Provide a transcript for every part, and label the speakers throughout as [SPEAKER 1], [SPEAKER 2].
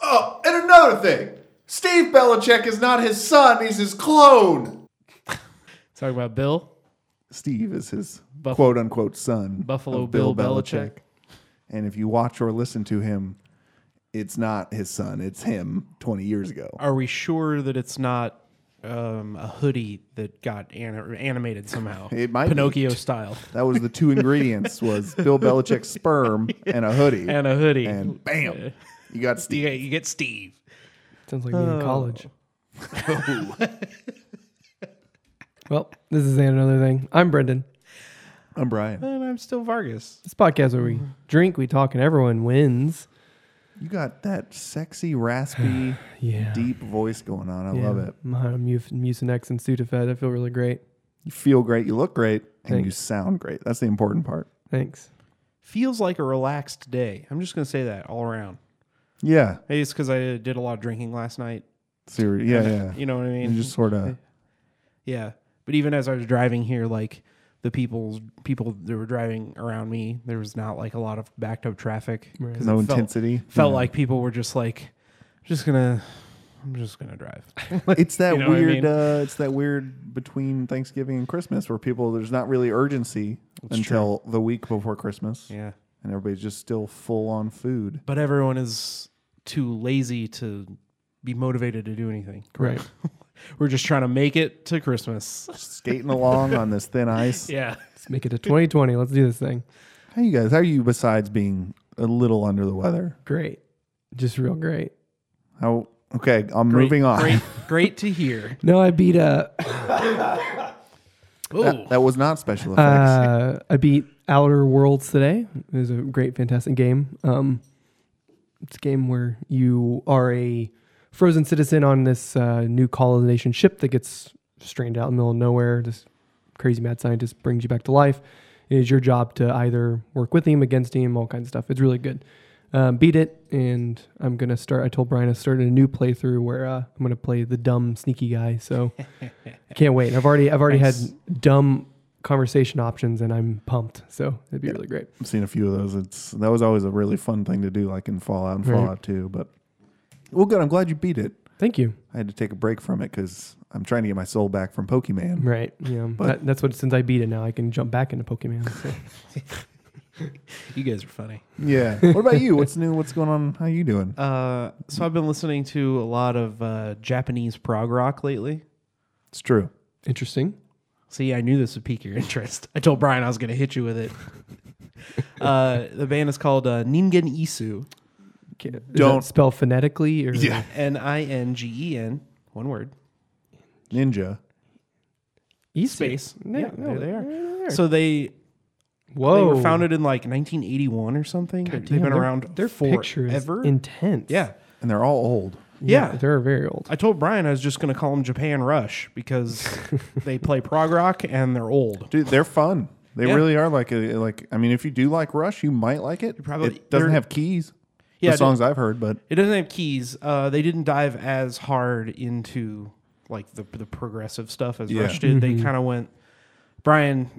[SPEAKER 1] Oh, another thing. Steve Belichick is not his son, he's his clone.
[SPEAKER 2] Talking about Bill.
[SPEAKER 1] Steve is his
[SPEAKER 2] Buff-
[SPEAKER 1] quote unquote son.
[SPEAKER 2] Buffalo
[SPEAKER 1] of
[SPEAKER 2] Bill Belichick.
[SPEAKER 1] And if you watch or listen to him, it's not his son, it's him 20 years ago.
[SPEAKER 2] Are we sure that it's not um, a hoodie that got an- animated somehow?
[SPEAKER 1] It might be.
[SPEAKER 2] Pinocchio style
[SPEAKER 1] That was the two ingredients was Bill Belichick's sperm and a hoodie.
[SPEAKER 2] and a hoodie.
[SPEAKER 1] And bam. You got Steve.
[SPEAKER 2] you, get, you get Steve.
[SPEAKER 3] Sounds like me in college. Oh.
[SPEAKER 1] Ooh.
[SPEAKER 3] Well, this is and another thing. I'm Brendan.
[SPEAKER 1] I'm Brian.
[SPEAKER 2] And I'm still Vargas.
[SPEAKER 3] This podcast where we drink, we talk, and everyone wins.
[SPEAKER 1] You got that sexy, raspy,
[SPEAKER 3] Yeah.
[SPEAKER 1] deep voice going on. I love it.
[SPEAKER 3] I'm mu- Mucinex and Sudafed. I feel really great.
[SPEAKER 1] You feel great, you look great, and you
[SPEAKER 3] Thanks.
[SPEAKER 1] sound great. That's the important part.
[SPEAKER 3] Thanks.
[SPEAKER 2] Feels like a relaxed day. I'm just gonna say that all around.
[SPEAKER 1] Yeah.
[SPEAKER 2] Maybe it's because I did a lot of drinking last night.
[SPEAKER 1] Seri- yeah, yeah.
[SPEAKER 2] You know what I mean?
[SPEAKER 1] You just sort of
[SPEAKER 2] Mm-hmm. Yeah. But even as I was driving here, like the people's people that were driving around me, there was not like a lot of backed up traffic.
[SPEAKER 3] Right.
[SPEAKER 2] 'cause
[SPEAKER 1] no
[SPEAKER 2] it felt-
[SPEAKER 1] intensity.
[SPEAKER 2] Felt
[SPEAKER 1] Yeah.
[SPEAKER 2] like people were just like, just gonna, I'm just gonna drive.
[SPEAKER 1] it's that
[SPEAKER 2] you know what I
[SPEAKER 1] weird.
[SPEAKER 2] mean?
[SPEAKER 1] uh, it's that weird between Thanksgiving and Christmas where people there's not really urgency until the week before Christmas,
[SPEAKER 2] yeah.
[SPEAKER 1] and everybody's just still full on food.
[SPEAKER 2] But everyone is too lazy to be motivated to do anything.
[SPEAKER 3] Right.
[SPEAKER 2] We're just trying to make it to Christmas.
[SPEAKER 1] skating along on this thin ice.
[SPEAKER 2] Yeah.
[SPEAKER 3] Let's make it to 2020. Let's do this thing.
[SPEAKER 1] How you guys? How are you? Besides being a little under the weather,
[SPEAKER 3] Great. Just real great.
[SPEAKER 1] how? Okay, I'm moving on.
[SPEAKER 2] Great, great to hear.
[SPEAKER 3] No, I beat uh,
[SPEAKER 2] Oh,
[SPEAKER 1] That, that was not special effects.
[SPEAKER 3] uh I beat Outer Worlds today. It was a great, fantastic game. Um, it's a game where you are a frozen citizen on this uh, new colonization ship that gets stranded out in the middle of nowhere. This crazy mad scientist brings you back to life. It is your job to either work with him, against him, all kinds of stuff. It's really good. Um, beat it, and I'm gonna start. I told Brian I started a new playthrough where uh, I'm gonna play the dumb, sneaky guy. So I can't wait. I've already I've already had dumb conversation options, and I'm pumped. So it'd be really great.
[SPEAKER 1] I've seen a few of those. It's that was always a really fun thing to do, like in Fallout and
[SPEAKER 3] Right.
[SPEAKER 1] Fallout Two. But well, good. I'm glad you beat it.
[SPEAKER 3] Thank you.
[SPEAKER 1] I had to take a break from it because I'm trying to get my soul back from Pokemon.
[SPEAKER 3] Right. Yeah. that, that's what. Since I beat it now, I can jump back into Pokemon. So.
[SPEAKER 2] you guys are funny.
[SPEAKER 1] Yeah. What about you? What's new? What's going on? How you doing?
[SPEAKER 2] Uh, so I've been listening to a lot of uh, Japanese prog rock lately.
[SPEAKER 1] It's true.
[SPEAKER 3] Interesting.
[SPEAKER 2] See, I knew this would pique your interest. I told Brian I was going to hit you with it. uh, the band is called uh, Ningen Isu,
[SPEAKER 3] Ca- does that
[SPEAKER 1] Don't-
[SPEAKER 3] spell phonetically or
[SPEAKER 2] N I N G E N, one word,
[SPEAKER 1] Ninja.
[SPEAKER 3] E
[SPEAKER 2] space.
[SPEAKER 3] Yeah,
[SPEAKER 2] yeah, there they are.
[SPEAKER 3] are.
[SPEAKER 2] So they
[SPEAKER 3] Whoa.
[SPEAKER 2] they were founded in like 1981 or something. They- They've
[SPEAKER 3] Oh. Damn,
[SPEAKER 2] been
[SPEAKER 3] their-
[SPEAKER 2] around
[SPEAKER 3] Their picture is
[SPEAKER 2] forever.
[SPEAKER 3] intense.
[SPEAKER 2] yeah.
[SPEAKER 1] And they're all old.
[SPEAKER 2] yeah,
[SPEAKER 3] They're very old.
[SPEAKER 2] I told Brian I was just going to call them Japan Rush because they play prog rock and they're old.
[SPEAKER 1] Dude, they're fun. They
[SPEAKER 2] Yeah.
[SPEAKER 1] really are like a like I mean, if you do like Rush, you might like it.
[SPEAKER 2] probably-
[SPEAKER 1] it doesn't
[SPEAKER 2] they're-
[SPEAKER 1] have keys.
[SPEAKER 2] Yeah,
[SPEAKER 1] the
[SPEAKER 2] it-
[SPEAKER 1] songs I've heard, but
[SPEAKER 2] It doesn't have keys. Uh, they didn't dive as hard into like the the progressive stuff as
[SPEAKER 1] Yeah.
[SPEAKER 2] Rush did. They kind of went. Brian,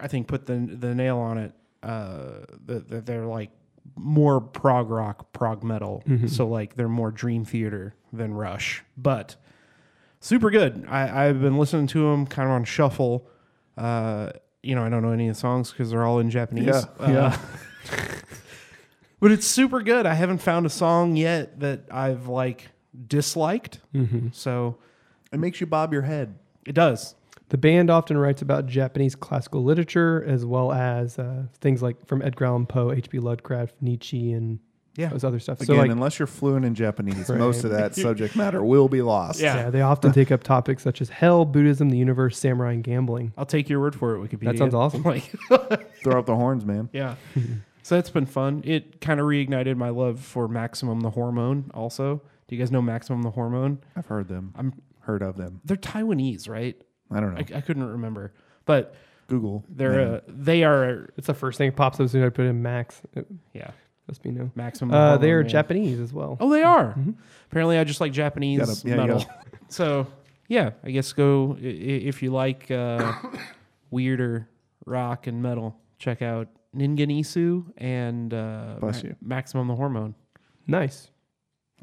[SPEAKER 2] I think, put the the nail on it. Uh, that that they're like more prog rock, prog metal. So like they're more Dream Theater than Rush, but super good. I, I've been listening to them kind of on shuffle. Uh, you know, I don't know any of the songs because they're all in Japanese.
[SPEAKER 1] Yeah, yeah.
[SPEAKER 2] Uh, but it's super good. I haven't found a song yet that I've like disliked.
[SPEAKER 3] Mm-hmm.
[SPEAKER 2] So
[SPEAKER 1] it makes you bob your head.
[SPEAKER 2] it does.
[SPEAKER 3] The band often writes about Japanese classical literature as well as uh, things like from Edgar Allan Poe, H.P. Lovecraft, Nietzsche, and
[SPEAKER 2] Yeah.
[SPEAKER 3] those other stuff.
[SPEAKER 1] Again,
[SPEAKER 3] so like,
[SPEAKER 1] unless you're fluent in Japanese,
[SPEAKER 3] Right.
[SPEAKER 1] most of that subject matter will be lost.
[SPEAKER 2] Yeah.
[SPEAKER 3] yeah, they often take up topics such as hell, Buddhism, the universe, samurai, and gambling.
[SPEAKER 2] I'll take your word for it, Wikipedia.
[SPEAKER 3] That sounds awesome.
[SPEAKER 2] Like,
[SPEAKER 1] Throw up the horns, man.
[SPEAKER 2] yeah. so that's been fun. It kind of reignited my love for Maximum the Hormone also. Do you guys know Maximum the Hormone?
[SPEAKER 1] I've heard them.
[SPEAKER 2] I'm
[SPEAKER 1] heard of them.
[SPEAKER 2] they're Taiwanese, right?
[SPEAKER 1] I don't know.
[SPEAKER 2] I, I couldn't remember. But
[SPEAKER 1] Google.
[SPEAKER 2] they're uh, they are
[SPEAKER 3] It's the first thing that pops up as soon as I put in Max. It
[SPEAKER 2] yeah,
[SPEAKER 3] must be no.
[SPEAKER 2] Maximum the
[SPEAKER 3] Uh, they
[SPEAKER 2] Hormone, Mm, yeah.
[SPEAKER 3] are Mm-hmm. Japanese as well.
[SPEAKER 2] Oh, they are. Apparently, I just like Japanese
[SPEAKER 1] Gotta- yeah, you
[SPEAKER 2] metal.
[SPEAKER 1] gotta-
[SPEAKER 2] so yeah, I guess go i- i- if you like uh, weirder rock and metal. Check out Ningen Isu and uh,
[SPEAKER 1] Bless you.
[SPEAKER 2] Maximum the Hormone.
[SPEAKER 3] Nice.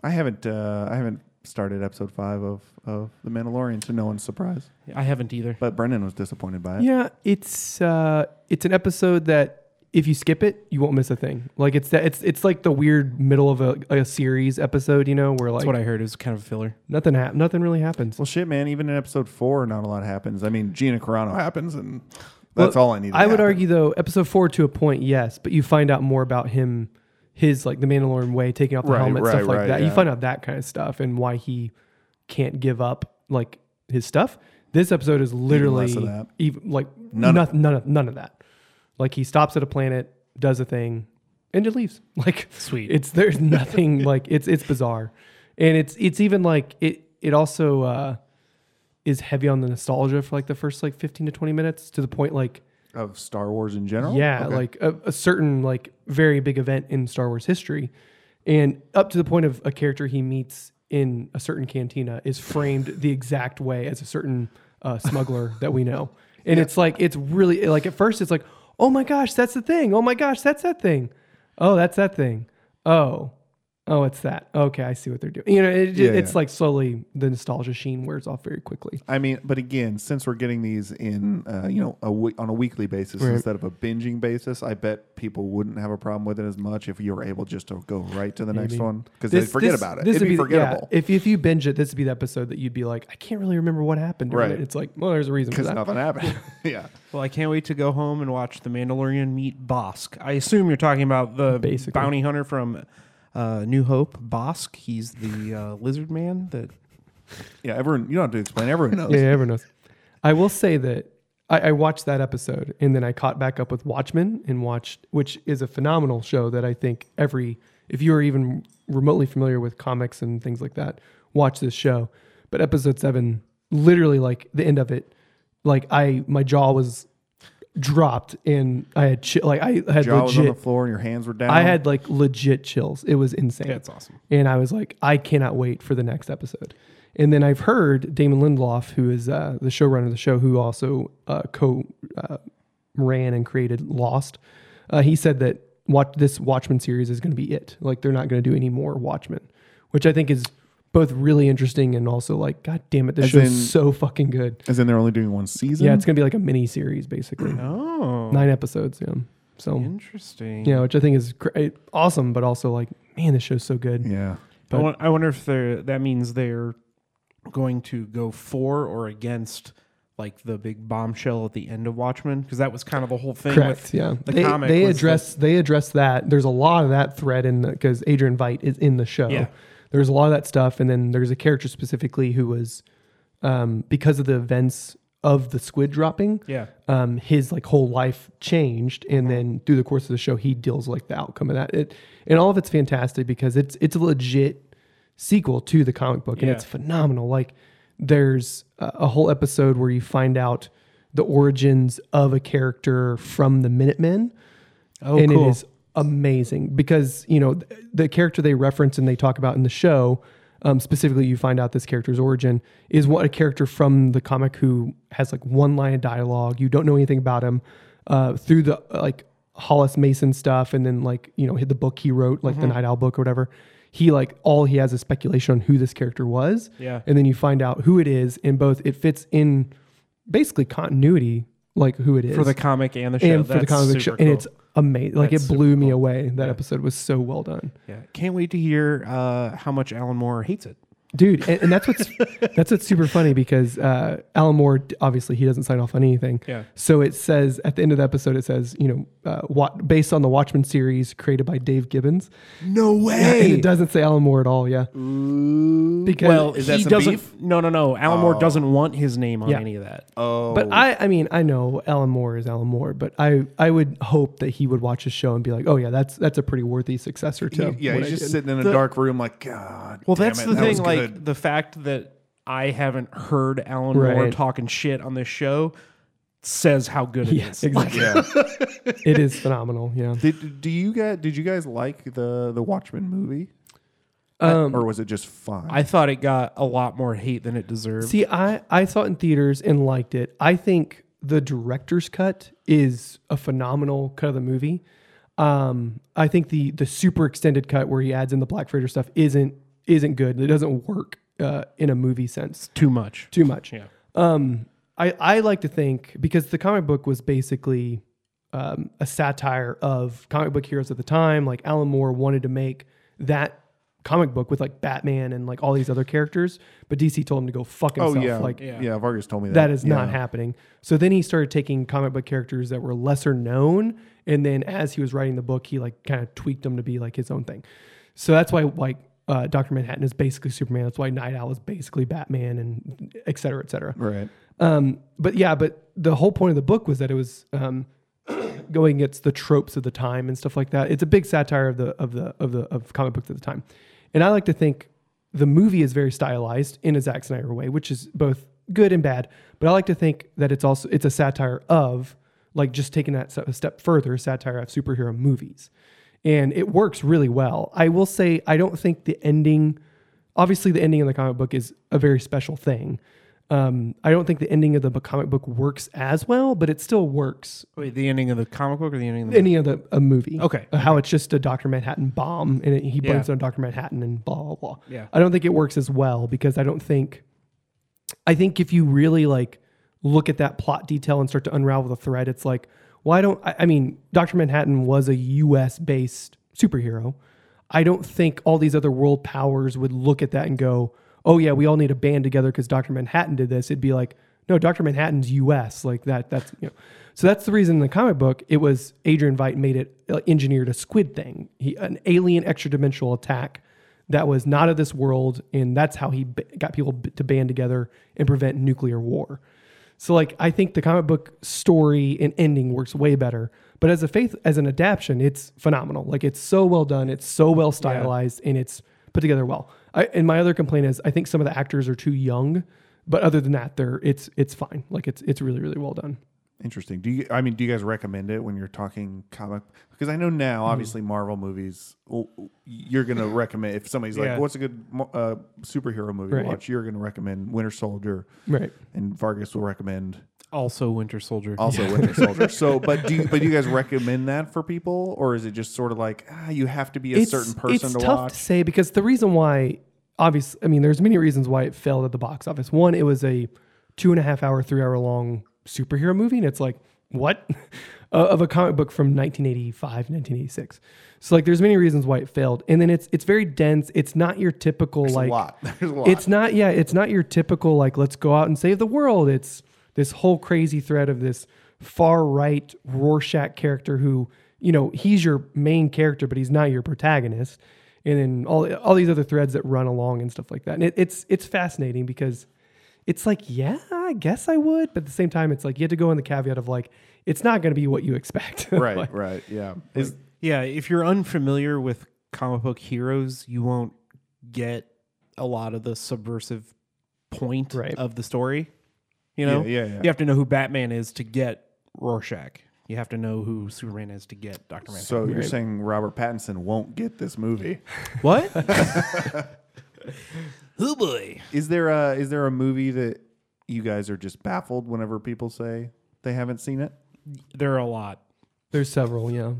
[SPEAKER 1] I haven't uh, I haven't started episode five of, of The Mandalorian, so no one's surprised.
[SPEAKER 2] I haven't either.
[SPEAKER 1] But Brendan was disappointed by it.
[SPEAKER 3] Yeah, it's uh, it's an episode that if you skip it, you won't miss a thing. Like it's that it's it's like the weird middle of a, a series episode, you know, where
[SPEAKER 2] That's
[SPEAKER 3] like
[SPEAKER 2] what I heard. It was kind of a filler.
[SPEAKER 3] nothing hap- nothing really happens.
[SPEAKER 1] Well, shit, man. Even in episode four, not a lot happens. I mean, Gina Carano happens, and
[SPEAKER 3] Well,
[SPEAKER 1] that's all I need.
[SPEAKER 3] I would argue though, episode four to a point, yes, but you find out more about him, his like the Mandalorian way, taking off the
[SPEAKER 1] Right,
[SPEAKER 3] helmet,
[SPEAKER 1] right,
[SPEAKER 3] stuff like
[SPEAKER 1] right,
[SPEAKER 3] that. You
[SPEAKER 1] yeah.
[SPEAKER 3] find out that kind of stuff and why he can't give up like his stuff. This episode is literally
[SPEAKER 1] less of that.
[SPEAKER 3] even like
[SPEAKER 1] None
[SPEAKER 3] none,
[SPEAKER 1] of
[SPEAKER 3] of none of none of that. Like he stops at a planet, does a thing, and just leaves. Like
[SPEAKER 2] Sweet.
[SPEAKER 3] it's there's nothing like it's it's bizarre, and it's it's even like it it also uh, is heavy on the nostalgia for like the first like fifteen to twenty minutes to the point like
[SPEAKER 1] of Star Wars in general.
[SPEAKER 3] yeah,
[SPEAKER 1] Okay.
[SPEAKER 3] like a, a certain like very big event in Star Wars history, and up to the point of a character he meets in a certain cantina is framed the exact way as a certain uh, smuggler that we know, and it's like it's really like at first it's like oh my gosh that's the thing oh my gosh that's that thing oh that's that thing oh oh it's that okay I see what they're doing you know it,
[SPEAKER 1] Yeah,
[SPEAKER 3] it's
[SPEAKER 1] yeah.
[SPEAKER 3] like slowly the nostalgia sheen wears off very quickly
[SPEAKER 1] I mean, but again, since we're getting these in, uh, you know, a we- on a weekly basis
[SPEAKER 3] Hmm. Right.
[SPEAKER 1] instead of a binging basis, I bet people wouldn't have a problem with it as much if you were able just to go right to the next
[SPEAKER 3] Maybe.
[SPEAKER 1] one because they forget
[SPEAKER 3] this-
[SPEAKER 1] about it.
[SPEAKER 3] This
[SPEAKER 1] It'd
[SPEAKER 3] would
[SPEAKER 1] be,
[SPEAKER 3] the- yeah,
[SPEAKER 1] forgettable
[SPEAKER 3] if, if you binge it, this would be the episode that you'd be like, I can't really remember what happened. during
[SPEAKER 1] Right.
[SPEAKER 3] it. It's like, well, there's a reason for
[SPEAKER 1] because
[SPEAKER 3] that.
[SPEAKER 1] nothing happened. yeah,
[SPEAKER 2] Well, I can't wait to go home and watch The Mandalorian meet Bosk. I assume you're talking about the
[SPEAKER 3] Basically.
[SPEAKER 2] bounty hunter from uh, New Hope, Bosk. He's the uh, lizard man that.
[SPEAKER 1] yeah. Everyone, you don't have to explain. Everyone knows.
[SPEAKER 3] Yeah, yeah, everyone knows. I will say that I, I watched that episode and then I caught back up with Watchmen and watched, which is a phenomenal show that I think every, if you are even remotely familiar with comics and things like that, watch this show. But episode seven, literally like the end of it, like I, my jaw was dropped and I had, chi- like I had
[SPEAKER 1] Jaw was
[SPEAKER 3] legit
[SPEAKER 1] on the floor and your hands were down.
[SPEAKER 3] I had like legit chills. It was insane.
[SPEAKER 2] awesome.
[SPEAKER 3] And I was like, I cannot wait for the next episode. And then I've heard Damon Lindelof, who is uh, the showrunner of the show, who also uh, co uh, ran and created Lost. Uh, he said that watch this Watchmen series is going to be it. Like they're not going to do any more Watchmen, which I think is both really interesting and also like, god damn it, this
[SPEAKER 1] As
[SPEAKER 3] show's
[SPEAKER 1] in-
[SPEAKER 3] so fucking good.
[SPEAKER 1] As in, they're only doing one season.
[SPEAKER 3] Yeah, it's going to be like a mini series basically,
[SPEAKER 2] Oh,
[SPEAKER 3] nine episodes. Yeah, so
[SPEAKER 2] interesting.
[SPEAKER 3] yeah, which I think is great, awesome, but also like, man, this show's so good.
[SPEAKER 1] yeah.
[SPEAKER 2] I, won- I wonder if they're, that means they're going to go for or against like the big bombshell at the end of Watchmen because that was kind of the whole thing.
[SPEAKER 3] Correct.
[SPEAKER 2] With,
[SPEAKER 3] Yeah.
[SPEAKER 2] the
[SPEAKER 3] they
[SPEAKER 2] comic
[SPEAKER 3] they
[SPEAKER 2] was
[SPEAKER 3] address they address that. There's a lot of that thread in the because Adrian Veidt is in the show.
[SPEAKER 2] Yeah.
[SPEAKER 3] There's a lot of that stuff, and then there's a character specifically who was um, because of the events of the squid dropping.
[SPEAKER 2] Yeah.
[SPEAKER 3] Um, his like whole life changed, and then through the course of the show, he deals like the outcome of that. It and all of it's fantastic because it's it's a legit sequel to the comic book, and
[SPEAKER 2] Yeah.
[SPEAKER 3] it's phenomenal. Like there's a, a whole episode where you find out the origins of a character from the Minutemen
[SPEAKER 2] Oh,
[SPEAKER 3] and
[SPEAKER 2] cool.
[SPEAKER 3] it is amazing because you know th- the character they reference and they talk about in the show um, specifically you find out this character's origin is what a character from the comic who has like one line of dialogue you don't know anything about him uh, through the uh, like hollis mason stuff and then like you know hit the book he wrote like the
[SPEAKER 2] Mm-hmm.
[SPEAKER 3] night owl book or whatever he like all he has is speculation on who this character was
[SPEAKER 2] Yeah.
[SPEAKER 3] and then you find out who it is and both it fits in basically continuity like who it is
[SPEAKER 2] for the comic and the show.
[SPEAKER 3] and for the
[SPEAKER 2] That's
[SPEAKER 3] comic book
[SPEAKER 2] super
[SPEAKER 3] show,
[SPEAKER 2] cool.
[SPEAKER 3] and it's amazing. Like
[SPEAKER 2] That's
[SPEAKER 3] it blew me away. That episode was so well done,
[SPEAKER 2] Yeah, can't wait to hear uh, how much Alan Moore hates it.
[SPEAKER 3] dude. And, and that's what's that's what's super funny because uh, Alan Moore obviously he doesn't sign off on anything.
[SPEAKER 2] Yeah.
[SPEAKER 3] So it says at the end of the episode, it says you know uh, what based on the Watchmen series created by Dave Gibbons.
[SPEAKER 2] No
[SPEAKER 3] And
[SPEAKER 2] way.
[SPEAKER 3] it doesn't say Alan Moore at all. Yeah. Because
[SPEAKER 2] well,
[SPEAKER 1] is that
[SPEAKER 2] he
[SPEAKER 1] some
[SPEAKER 2] doesn't.
[SPEAKER 1] beef?
[SPEAKER 2] No, no, no. Alan Moore doesn't want his name on
[SPEAKER 3] Yeah.
[SPEAKER 2] any of that.
[SPEAKER 1] Oh,
[SPEAKER 3] But I, I mean, I know Alan Moore is Alan Moore, but I, I would hope that he would watch his show and be like, oh yeah, that's that's a pretty worthy successor to.
[SPEAKER 1] yeah,
[SPEAKER 3] what
[SPEAKER 1] he's
[SPEAKER 3] I
[SPEAKER 1] just
[SPEAKER 3] did."
[SPEAKER 1] sitting in a
[SPEAKER 2] The-
[SPEAKER 1] dark room, like God.
[SPEAKER 2] Well,
[SPEAKER 1] damn
[SPEAKER 2] that's
[SPEAKER 1] it,
[SPEAKER 2] the
[SPEAKER 1] that was
[SPEAKER 2] thing. Like
[SPEAKER 1] good."
[SPEAKER 2] the fact that I haven't heard Alan Moore
[SPEAKER 3] Right.
[SPEAKER 2] talking shit on this show says how good it is.
[SPEAKER 3] Yeah, exactly.
[SPEAKER 1] yeah.
[SPEAKER 3] it is phenomenal. Yeah.
[SPEAKER 1] Did do you guys did you guys like the the Watchmen movie?
[SPEAKER 3] Um,
[SPEAKER 1] or was it just fine?
[SPEAKER 2] I thought it got a lot more hate than it deserved.
[SPEAKER 3] See, I, I saw it in theaters and liked it. I think the director's cut is a phenomenal cut of the movie. Um, I think the the super extended cut where he adds in the Black Freighter stuff isn't isn't good. It doesn't work uh, in a movie sense
[SPEAKER 2] Too much.
[SPEAKER 3] too much.
[SPEAKER 2] Yeah.
[SPEAKER 3] Um, I, I like to think because the comic book was basically um, a satire of comic book heroes at the time. Like Alan Moore wanted to make that comic book with like Batman and like all these other characters, but DC told him to go fuck
[SPEAKER 1] Oh
[SPEAKER 3] himself.
[SPEAKER 1] yeah,
[SPEAKER 3] Like
[SPEAKER 1] yeah. Vargas told me that.
[SPEAKER 3] that is not
[SPEAKER 1] Yeah.
[SPEAKER 3] happening. So then he started taking comic book characters that were lesser known, and then as he was writing the book, he like kind of tweaked them to be like his own thing. So that's why like uh, Doctor Manhattan is basically Superman. That's why Night Owl is basically Batman, and et cetera, et cetera.
[SPEAKER 1] right.
[SPEAKER 3] Um, but yeah, but the whole point of the book was that it was um, going against the tropes of the time and stuff like that. It's a big satire of the of the of the of comic books at the time, and I like to think the movie is very stylized in a Zack Snyder way, which is both good and bad. But I like to think that it's also it's a satire of like just taking that se- a step further, a satire of superhero movies, and it works really well. I will say I don't think the ending, obviously the ending in the comic book is a very special thing. Um, I don't think the ending of the b- comic book works as well, but it still works
[SPEAKER 2] Wait, the ending of the comic book or the ending of the
[SPEAKER 3] any other a movie. Uh,
[SPEAKER 2] Okay.
[SPEAKER 3] How it's just a Dr. Manhattan bomb and it, he
[SPEAKER 2] Yeah.
[SPEAKER 3] blames it on Dr. Manhattan and blah, blah, blah.
[SPEAKER 2] Yeah.
[SPEAKER 3] I don't think it works as well because I don't think, I think if you really like look at that plot detail and start to unravel the thread, it's like, why don't, I, I mean, Dr. Manhattan was a US based superhero. I don't think all these other world powers would look at that and go, oh yeah, we all need to band together because Dr. Manhattan did this. It'd be like, no, Dr. Manhattan's U.S. Like that. That's you know. So that's the reason in the comic book it was Adrian Veidt made it uh, engineered a squid thing, he, an alien extra dimensional attack that was not of this world, and that's how he b- got people b- to band together and prevent nuclear war. So like I think the comic book story and ending works way better. But as a faith as an adaptation, it's phenomenal. Like it's so well done, it's so well stylized, and it's put together well. I, and my other complaint is I think some of the actors are too young, but other than that, they're it's it's fine. Like it's it's really really well done.
[SPEAKER 1] Interesting. Do you? I mean, do you guys recommend it when you're talking comic? Because I know now,
[SPEAKER 3] Mm-hmm.
[SPEAKER 1] obviously, Marvel movies. l- You're gonna recommend if somebody's
[SPEAKER 2] Yeah.
[SPEAKER 1] like, "What's a good mo- uh, superhero movie
[SPEAKER 3] Right.
[SPEAKER 1] to watch?" You're gonna recommend Winter Soldier,
[SPEAKER 3] Right.
[SPEAKER 1] and Vargas will recommend
[SPEAKER 2] also Winter Soldier.
[SPEAKER 1] also Winter Soldier. So, but do you, but do you guys recommend that for people, or is it just sort of like ah, you have to be a certain person
[SPEAKER 3] it's
[SPEAKER 1] to
[SPEAKER 3] tough
[SPEAKER 1] watch?
[SPEAKER 3] to say because the reason why obviously i mean there's many reasons why it failed at the box office one it was a two and a half hour three hour long superhero movie and it's like what Uh, of a comic book from 1985 1986 so like there's many reasons why it failed and then it's it's very dense it's not your typical
[SPEAKER 1] There's
[SPEAKER 3] like
[SPEAKER 1] a lot. There's a lot.
[SPEAKER 3] it's not yeah, it's not your typical like let's go out and save the world. It's this whole crazy thread of this far right Rorschach character who, you know, he's your main character, but he's not your protagonist. And then all all these other threads that run along and stuff like that. And it, it's it's fascinating because it's like, yeah, I guess I would, but at the same time, it's like you have to go in the caveat of like, it's not going to be what you expect.
[SPEAKER 1] right,
[SPEAKER 3] Like,
[SPEAKER 1] right, yeah. Is
[SPEAKER 2] Yeah, if you're unfamiliar with comic book heroes, you won't get a lot of the subversive point
[SPEAKER 3] Right.
[SPEAKER 2] of the story. You know,
[SPEAKER 1] Yeah, yeah, yeah.
[SPEAKER 2] you have to know who Batman is to get Rorschach. You have to know who Superman is to get Doctor Manhattan.
[SPEAKER 1] so you're saying Robert Pattinson won't get this movie?
[SPEAKER 2] what? Who boy?
[SPEAKER 1] Is there a is there a movie that you guys are just baffled whenever people say they haven't seen it?
[SPEAKER 2] There are a lot.
[SPEAKER 3] There's several, yeah.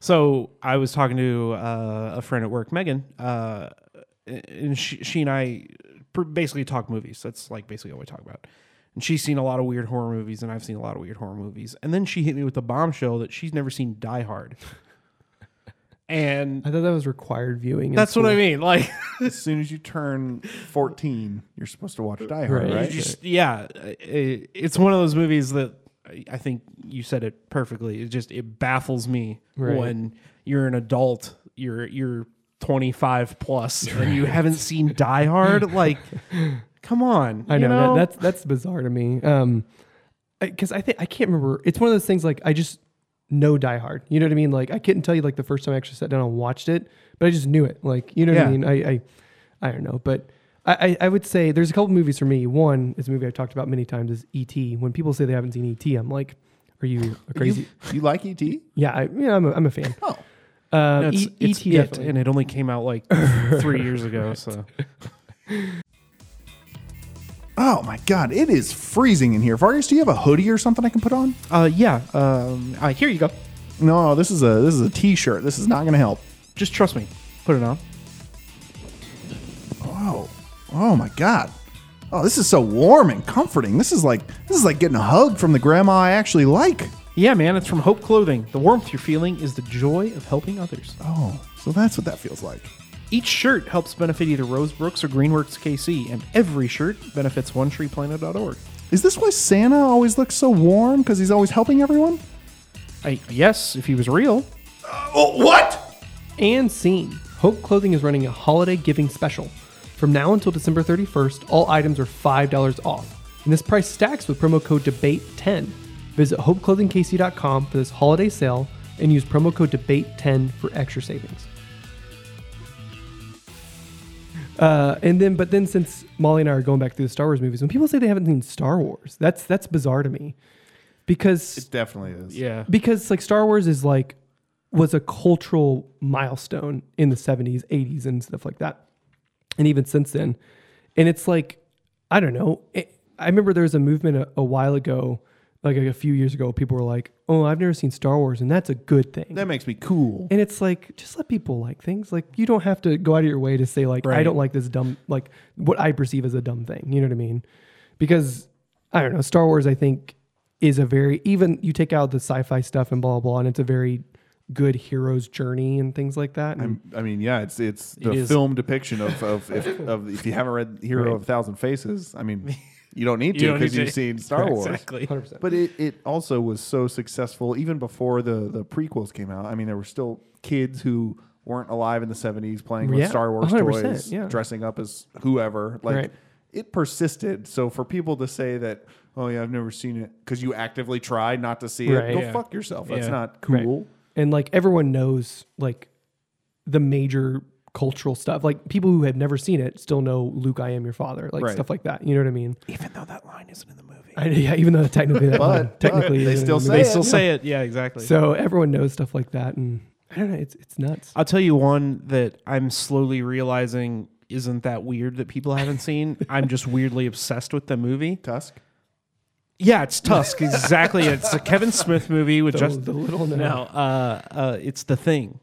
[SPEAKER 2] So I was talking to uh, a friend at work, Megan, uh, and she, she and I pr- basically talk movies. That's like basically all we talk about. And she's seen a lot of weird horror movies, and I've seen a lot of weird horror movies. And then she hit me with the bombshell that she's never seen Die Hard.
[SPEAKER 3] I
[SPEAKER 2] And
[SPEAKER 3] thought that was required viewing. in
[SPEAKER 2] that's what
[SPEAKER 3] school.
[SPEAKER 2] I mean. Like,
[SPEAKER 1] As soon as you turn 14, you're supposed to watch Die Hard,
[SPEAKER 3] Right.
[SPEAKER 1] right?
[SPEAKER 2] you just, yeah, it, it's one of those movies that I- I think you said it perfectly. It just it baffles me
[SPEAKER 3] Right.
[SPEAKER 2] when you're an adult, you're you're 25 plus, and you haven't seen Die Hard. Like, come on,
[SPEAKER 3] I
[SPEAKER 2] you
[SPEAKER 3] know, That, that's that's bizarre to me. Um, because I, think I can't remember. It's one of those things like I just know Die Hard. You know what I mean? Like I couldn't tell you like the first time I actually sat down and watched it, but I just knew it. Like you know what I
[SPEAKER 2] Yeah.
[SPEAKER 3] mean? I I, I don't know, but. I, I I would say there's a couple movies for me. One is a movie I've talked about many times is E.T. When people say they haven't seen E.T., I'm like, are you a crazy?
[SPEAKER 1] You like ET?
[SPEAKER 3] yeah, I, yeah, I'm a, I'm a fan.
[SPEAKER 1] Oh,
[SPEAKER 3] Um,
[SPEAKER 2] No, it's,
[SPEAKER 3] E-
[SPEAKER 2] it's
[SPEAKER 3] E.T.
[SPEAKER 2] It,
[SPEAKER 3] definitely.
[SPEAKER 2] and it only came out like three years ago. So
[SPEAKER 1] oh my God! It is freezing in here. Vargas, do you have a hoodie or something I can put on?
[SPEAKER 2] uh, yeah, um, uh, here you go.
[SPEAKER 1] No, this is a this is a T-shirt. This is not going to help.
[SPEAKER 2] Just trust me. Put it on.
[SPEAKER 1] Oh my god. Oh, this is so warm and comforting. This is like this is like getting a hug from the grandma I actually like.
[SPEAKER 2] Yeah, man, it's from Hope Clothing. The warmth you're feeling is the joy of helping others.
[SPEAKER 1] Oh, so that's what that feels like.
[SPEAKER 2] Each shirt helps benefit either Rosebrooks or Greenworks KC, and every shirt benefits OneTreePlanet.org.
[SPEAKER 1] Is this why Santa always looks so warm? Because he's always helping everyone?
[SPEAKER 2] I, yes, if he was real.
[SPEAKER 1] Oh, what?
[SPEAKER 3] and seen. Hope Clothing is running a holiday giving special. From now until December 31st, all items are $5 off. And this price stacks with promo code DEBATE10. Visit hopeclothingkc.com for this holiday sale and use promo code DEBATE10 for extra savings. Uh, and then, but then, since Molly and I are going back through the Star Wars movies, when people say they haven't seen Star Wars, that's that's bizarre to me, because
[SPEAKER 1] It definitely is.
[SPEAKER 2] Yeah.
[SPEAKER 3] because like Star Wars is like was a cultural milestone in the 70s, 80s and stuff like that. And even since then. And it's like I don't know. It, I remember there was a movement a, a while ago like a few years ago people were like, "Oh, I've never seen Star Wars and that's a good thing."
[SPEAKER 1] That makes me cool.
[SPEAKER 3] and it's like just let people like things. Like you don't have to go out of your way to say like I
[SPEAKER 2] Right.
[SPEAKER 3] don't like this dumb like what I perceive as a dumb thing. You know what I mean? Because I don't know. Star Wars, I think, is a very even you take out the sci-fi stuff and blah blah, blah and it's a very good hero's journey and things like that. And
[SPEAKER 1] I mean, yeah, it's it's the
[SPEAKER 2] It is.
[SPEAKER 1] film depiction of of if, of if you haven't read Hero of a Thousand Faces, I mean, you don't need
[SPEAKER 2] You
[SPEAKER 1] to
[SPEAKER 2] don't
[SPEAKER 1] because
[SPEAKER 2] need
[SPEAKER 1] you've
[SPEAKER 2] to.
[SPEAKER 1] seen Star Wars.
[SPEAKER 2] Exactly.
[SPEAKER 3] 100%.
[SPEAKER 1] But it, it also was so successful even before the, the prequels came out. I mean, there were still kids who weren't alive in the 70s playing with
[SPEAKER 3] Yeah,
[SPEAKER 1] Star Wars
[SPEAKER 3] 100%,
[SPEAKER 1] toys,
[SPEAKER 3] yeah.
[SPEAKER 1] dressing up as whoever. Like
[SPEAKER 3] Right.
[SPEAKER 1] it persisted. So for people to say that, oh yeah, I've never seen it because you actively tried not to see
[SPEAKER 3] Right.
[SPEAKER 1] it, go
[SPEAKER 2] Yeah.
[SPEAKER 1] fuck yourself. That's
[SPEAKER 2] Yeah.
[SPEAKER 1] not
[SPEAKER 3] Right.
[SPEAKER 1] cool.
[SPEAKER 3] and like everyone knows like the major cultural stuff. Like people who have never seen it still know Luke, I am your father, like
[SPEAKER 1] Right.
[SPEAKER 3] stuff like that. You know what I mean?
[SPEAKER 2] Even though that line isn't in the movie.
[SPEAKER 3] I, yeah, even though technically, that
[SPEAKER 1] But- but
[SPEAKER 3] technically
[SPEAKER 1] they
[SPEAKER 3] isn't in
[SPEAKER 1] still
[SPEAKER 3] the
[SPEAKER 1] say
[SPEAKER 3] movie.
[SPEAKER 2] They
[SPEAKER 1] it.
[SPEAKER 2] still say it. Yeah, exactly.
[SPEAKER 3] So everyone knows stuff like that, and I don't know. It's it's nuts.
[SPEAKER 2] I'll tell you one that I'm slowly realizing isn't that weird that people haven't seen. I'm just weirdly obsessed with the movie.
[SPEAKER 1] Tusk.
[SPEAKER 2] Yeah, it's Tusk. Exactly. It's a Kevin Smith movie with
[SPEAKER 3] Just
[SPEAKER 2] just
[SPEAKER 3] the little no.
[SPEAKER 2] no. Uh, uh, it's the thing.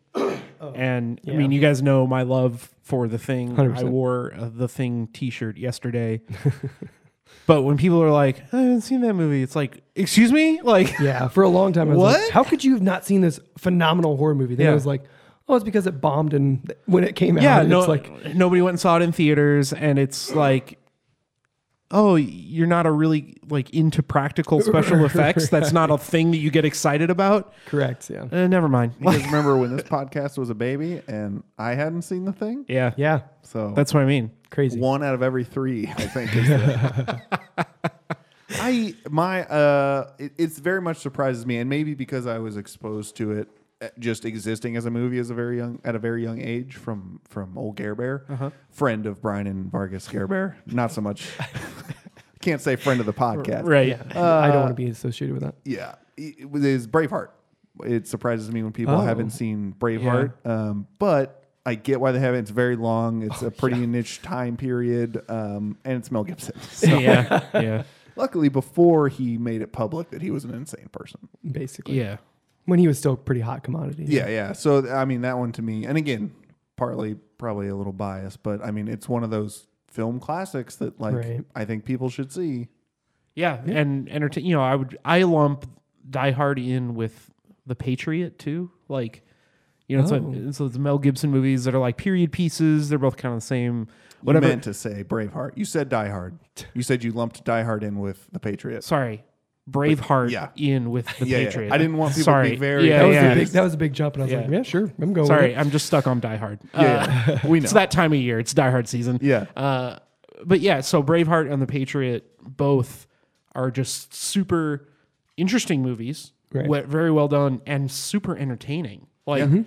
[SPEAKER 2] And I
[SPEAKER 3] yeah.
[SPEAKER 2] mean, you guys know my love for the thing.
[SPEAKER 3] 100%.
[SPEAKER 2] I wore a the thing T-shirt yesterday. but when people are like, "I haven't seen that movie," it's like, "Excuse me," like.
[SPEAKER 3] Yeah, for a long time. I was
[SPEAKER 2] What?
[SPEAKER 3] Like, How could you have not seen this phenomenal horror movie? Then I
[SPEAKER 2] Yeah.
[SPEAKER 3] was like, oh, it's because it bombed and th- when it came out,
[SPEAKER 2] yeah,
[SPEAKER 3] it's
[SPEAKER 2] no,
[SPEAKER 3] like
[SPEAKER 2] nobody went and saw it in theaters, and it's like, oh, you're not a really like into practical special effects. That's not a thing that you get excited about.
[SPEAKER 3] correct. Yeah,
[SPEAKER 2] Uh, never mind.
[SPEAKER 1] You guys remember when this podcast was a baby and I hadn't seen the thing?
[SPEAKER 2] yeah,
[SPEAKER 3] yeah,
[SPEAKER 1] So
[SPEAKER 2] that's what I mean.
[SPEAKER 3] crazy.
[SPEAKER 1] One out of every three, I think. Is the- I my uh, it, it's very much surprises me, and maybe because I was exposed to it uh, just existing as a movie as a very young at a very young age from from old Gare Bear, friend of Brian and Vargas Gare Bear. Not so much. Can't say friend of the podcast,
[SPEAKER 2] Right.
[SPEAKER 3] Yeah, I don't
[SPEAKER 2] uh,
[SPEAKER 3] want to be associated with that.
[SPEAKER 1] yeah, it, it was is Braveheart. It surprises me when people
[SPEAKER 3] Oh.
[SPEAKER 1] haven't seen Braveheart, um, but I get why they haven't. It's very long. It's a pretty niche time period, um, and it's Mel Gibson. So
[SPEAKER 2] Yeah. Yeah.
[SPEAKER 1] luckily, before he made it public that he was an insane person.
[SPEAKER 3] Basically,
[SPEAKER 2] Yeah.
[SPEAKER 3] when he was still a pretty hot commodity.
[SPEAKER 1] Yeah, yeah. So I mean, that one to me, and again, partly probably a little biased, but I mean, it's one of those film classics that like
[SPEAKER 3] Right.
[SPEAKER 1] I think people should see.
[SPEAKER 2] Yeah. And entertain. You know, I would. I lump Die Hard in with the Patriot too. Like. You know,
[SPEAKER 3] Oh.
[SPEAKER 2] so, so it's Mel Gibson movies that are like period pieces. They're both kind of the same.
[SPEAKER 1] What I
[SPEAKER 2] Whatever.
[SPEAKER 1] meant to say Braveheart. You said Die Hard. You said you lumped Die Hard in with The Patriot.
[SPEAKER 2] sorry, Braveheart
[SPEAKER 1] yeah.
[SPEAKER 2] in with the
[SPEAKER 1] Yeah, yeah.
[SPEAKER 2] Patriot.
[SPEAKER 1] I didn't want people to
[SPEAKER 2] sorry.
[SPEAKER 1] be very-
[SPEAKER 2] Yeah,
[SPEAKER 3] that was
[SPEAKER 2] yeah.
[SPEAKER 3] a big that was a big jump, and I was
[SPEAKER 2] Yeah.
[SPEAKER 3] like, yeah, sure, I'm going.
[SPEAKER 2] sorry, I'm just stuck on Die Hard. Uh,
[SPEAKER 1] Yeah, we know.
[SPEAKER 2] It's that time of year. It's Die Hard season.
[SPEAKER 1] Yeah.
[SPEAKER 2] Uh, but yeah, so Braveheart and the Patriot both are just super interesting movies.
[SPEAKER 3] Right.
[SPEAKER 2] we- Very well done and super entertaining. Like
[SPEAKER 1] Mm-hmm.